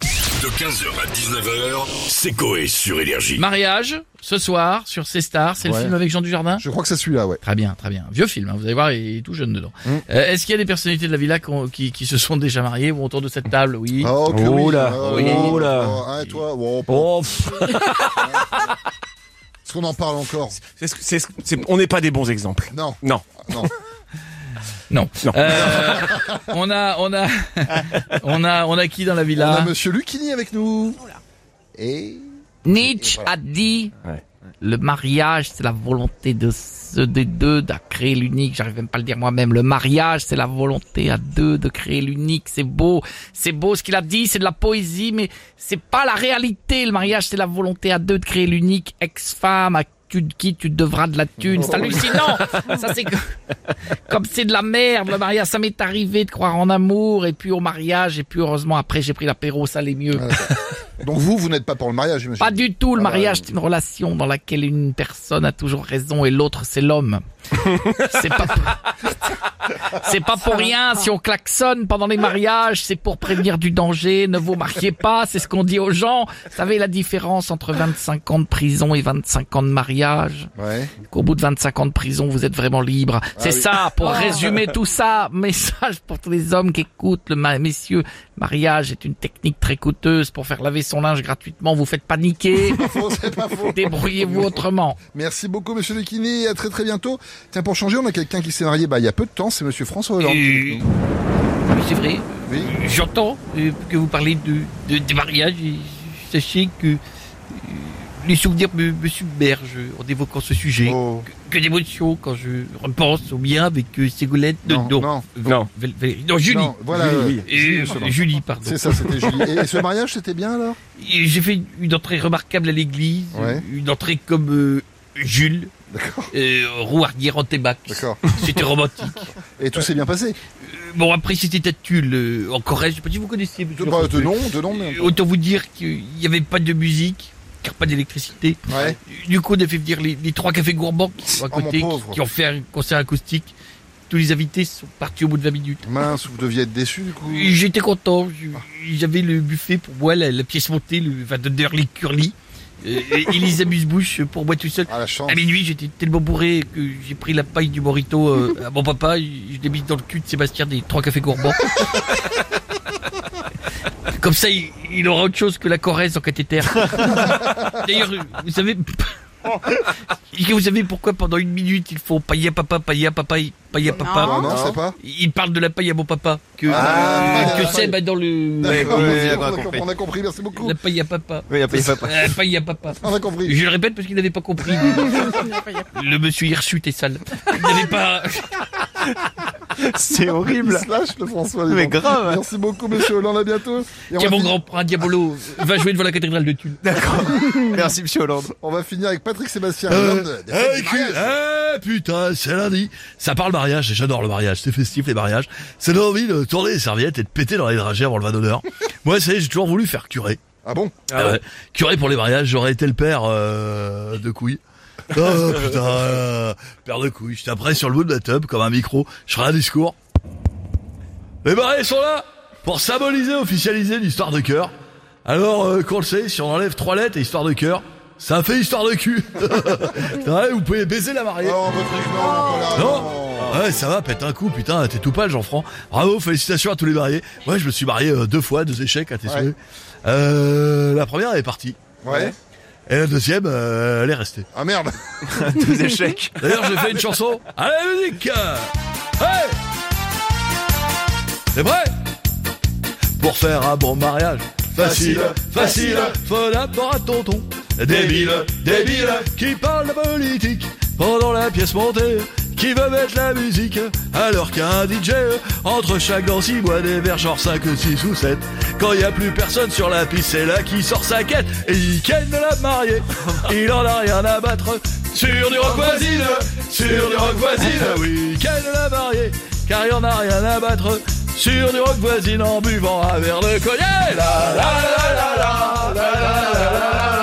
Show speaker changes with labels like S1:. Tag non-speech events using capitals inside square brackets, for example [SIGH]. S1: De 15h à 19h, c'est Coé sur Énergie.
S2: Mariage, ce soir, sur C Stars, c'est le
S3: Ouais.
S2: film avec Jean Dujardin
S3: Je crois que c'est celui-là, ouais.
S2: Très bien, très bien. Vieux film, hein, vous allez voir, il est tout jeune dedans.
S3: Mm.
S2: Euh, Est-ce qu'il y a des personnalités de la villa qu'on- qui, qui se sont déjà mariées ou autour de cette table Oui.
S3: Oh, que
S4: Oh
S3: oui.
S4: là,
S3: Ah,
S4: oui.
S3: oh,
S4: Oh là.
S3: oh, hein, toi, oh,
S4: Oh, pff,
S3: est-ce qu'on en parle encore
S5: C'est ce que- c'est ce que- c'est- on n'est pas des bons exemples.
S3: Non.
S5: Non.
S3: Non.
S2: Non.
S5: Non.
S2: Euh, on a, on a, [LAUGHS] on a, on a qui dans la villa
S3: On a Monsieur Lucini avec nous. Et
S2: Nietzsche a dit
S4: Ouais.
S2: le mariage, c'est la volonté de ce, des deux de créer l'unique. J'arrive même pas à le dire moi-même. Le mariage, c'est la volonté à deux de créer l'unique. C'est beau, c'est beau ce qu'il a dit. C'est de la poésie, mais c'est pas la réalité. Le mariage, c'est la volonté à deux de créer l'unique. Ex-femme à tu- qui tu devras de la thune. C'est hallucinant. Ça c'est que- comme c'est de la merde le mariage. Ça m'est arrivé de croire en amour et puis au mariage et puis heureusement après j'ai pris l'apéro, ça allait mieux.
S3: donc vous, vous n'êtes pas pour le mariage, monsieur.
S2: Pas du tout. Le
S3: Ah bah,
S2: mariage, c'est une relation dans laquelle une personne a toujours raison et l'autre, c'est l'homme. c'est pas,
S3: [LAUGHS]
S2: c'est pas pour rien si on klaxonne pendant les mariages. C'est pour prévenir du danger. Ne vous mariez pas. C'est ce qu'on dit aux gens. Vous savez la différence entre 25 ans de prison et 25 ans de mariage?
S3: Ouais.
S2: Qu'au bout de 25 ans de prison, vous êtes vraiment libre. c'est
S3: oui.
S2: ça, pour résumer tout ça, [LAUGHS] message pour tous les hommes qui écoutent, le ma- messieurs, mariage est une technique très coûteuse pour faire laver son linge gratuitement, vous faites paniquer,
S3: Faux, c'est pas faux.
S2: débrouillez-vous autrement.
S3: Merci beaucoup, Monsieur Lucini. À très très bientôt. Tiens, pour changer, on a quelqu'un qui s'est marié. Bah, il y a peu de temps, c'est Monsieur François Hollande.
S2: Euh, oui, c'est vrai,
S3: Oui.
S2: j'entends euh, que vous parlez de, de, des mariages et sachez que euh, les souvenirs me, me submergent en évoquant ce sujet.
S3: Oh.
S2: Que, que d'émotions quand je repense au mien avec euh, Ségolène. de-
S3: Non, non, non,
S5: Non.
S2: Val- Valérie- non, Julie.
S3: voilà.
S5: Oui,
S3: euh,
S5: oui.
S2: Euh, Julie, pardon.
S3: C'est ça, c'était Julie. Et, et ce mariage, c'était bien alors
S2: Et J'ai fait une entrée remarquable à l'église,
S3: Ouais.
S2: une entrée comme euh, Jules,
S3: D'accord,
S2: euh, Rouardière en Tébac.
S3: d'accord.
S2: C'était
S3: [LAUGHS]
S2: romantique.
S3: Et tout s'est bien
S4: [LAUGHS]
S3: passé.
S2: Euh, Bon, après, c'était à Tulle, euh, en Corrèze. Je sais pas si vous connaissez.
S3: De,
S2: monsieur
S3: bah, de
S2: François.
S3: nom, de nom. Mais...
S2: Euh, Autant vous dire qu'il n'y avait pas de musique, car pas d'électricité.
S3: Ouais.
S2: Du coup, on a fait venir les, les trois cafés gourmands qui sont à
S3: Oh, mon
S2: côté, qui-
S3: pauvre.
S2: qui ont fait un concert acoustique. Tous les invités sont partis au bout de 20 minutes.
S3: Mince, vous deviez être déçu du coup.
S2: J'étais content.
S3: Ah.
S2: Je- J'avais le buffet pour moi, la, la pièce montée, le va donner les curly. Euh, et Elisa Busbouche pour moi tout seul.
S3: Ah la chance.
S2: À minuit, j'étais tellement bourré que j'ai pris la paille du morito euh, à mon papa. et Je l'ai mise dans le cul de Sébastien des trois cafés gourmands. Comme ça, il, il aura autre chose que la Corrèze en cathéter. D'ailleurs, vous savez. [LAUGHS] Est-ce que Vous savez pourquoi pendant une minute ils font paille à papa, paille à papa, paille à papa
S3: Ah non, c'est pas.
S2: il parle de la paille à mon papa. Que,
S3: Ah,
S2: euh, que
S3: la paille.
S2: Seb a dans le.
S3: D'accord,
S4: ouais,
S3: merci, on,
S4: ouais, on a
S3: a compris,
S4: compris.
S3: on a compris, merci beaucoup.
S2: La paille à papa.
S4: oui, après, il faut pas-
S2: La paille à papa.
S3: On a compris.
S2: Je le répète parce qu'il n'avait pas compris. le monsieur hirsute est sale. Il n'avait pas.
S5: [LAUGHS]
S4: C'est horrible.
S3: Il se lâche, le François. dis
S4: Mais
S3: donc.
S4: grave.
S3: Merci beaucoup, monsieur Hollande, à bientôt. Et
S2: Tiens,
S3: on,
S2: mon
S3: va finir,
S2: grand prince Diabolo, va jouer devant la cathédrale de Tulle.
S4: Merci, monsieur Hollande.
S3: on va finir avec Patrick Sébastien.
S4: Euh,
S3: Hollande, des fêtes
S6: Eh
S3: du mariage.
S6: putain, c'est lundi. Ça parle mariage, et j'adore le mariage. C'est festif, les mariages. C'est l'envie de tourner les serviettes et de péter dans les dragées avant le
S3: [LAUGHS]
S6: vin d'honneur. Moi, ça y est, j'ai toujours voulu faire curé.
S3: Ah bon
S6: Euh, curé pour les mariages, j'aurais été le père euh, de couilles.
S3: [LAUGHS]
S6: Oh putain, euh, père de couilles. J'étais après sur le bout de la tub comme un micro. Je ferai un discours. Les mariés sont là pour symboliser, officialiser l'histoire de cœur. Alors, euh, qu'on le sait, si on enlève trois lettres et histoire de cœur, ça fait histoire de cul. [LAUGHS] Putain, ouais, vous pouvez baiser la mariée.
S3: Non, Oh, Patrick, non, ah, non, pas là,
S6: Non
S3: non.
S6: Ouais, ça va, pète un coup, putain, t'es tout pâle, Jean-Franc. Bravo, félicitations à tous les mariés. Ouais, je me suis marié euh, deux fois, deux échecs à tes
S3: Ouais.
S6: souhaits. Euh, la première elle est partie.
S3: Ouais.
S6: Et la deuxième, euh, elle est restée.
S3: Ah merde.
S4: Deux échecs.
S6: D'ailleurs, j'ai fait une chanson. Allez, la musique Hey C'est vrai Pour faire un bon mariage, facile, facile, faut d'abord un tonton. Débile, débile, qui parle de politique pendant la pièce montée. Qui veut mettre la musique alors qu'un DJ entre chaque danse il boit des verres genre 5, 6 ou 7 Quand y a plus personne sur la piste c'est là qu'il sort sa quête Et il ken de la mariée Il en a rien à battre Sur du rock voisine Sur du rock voisine Eh Oui ken de la mariée Car il en a rien à battre Sur du rock voisine en buvant un verre de cognac La, la, la, la, la, la, la, la, la,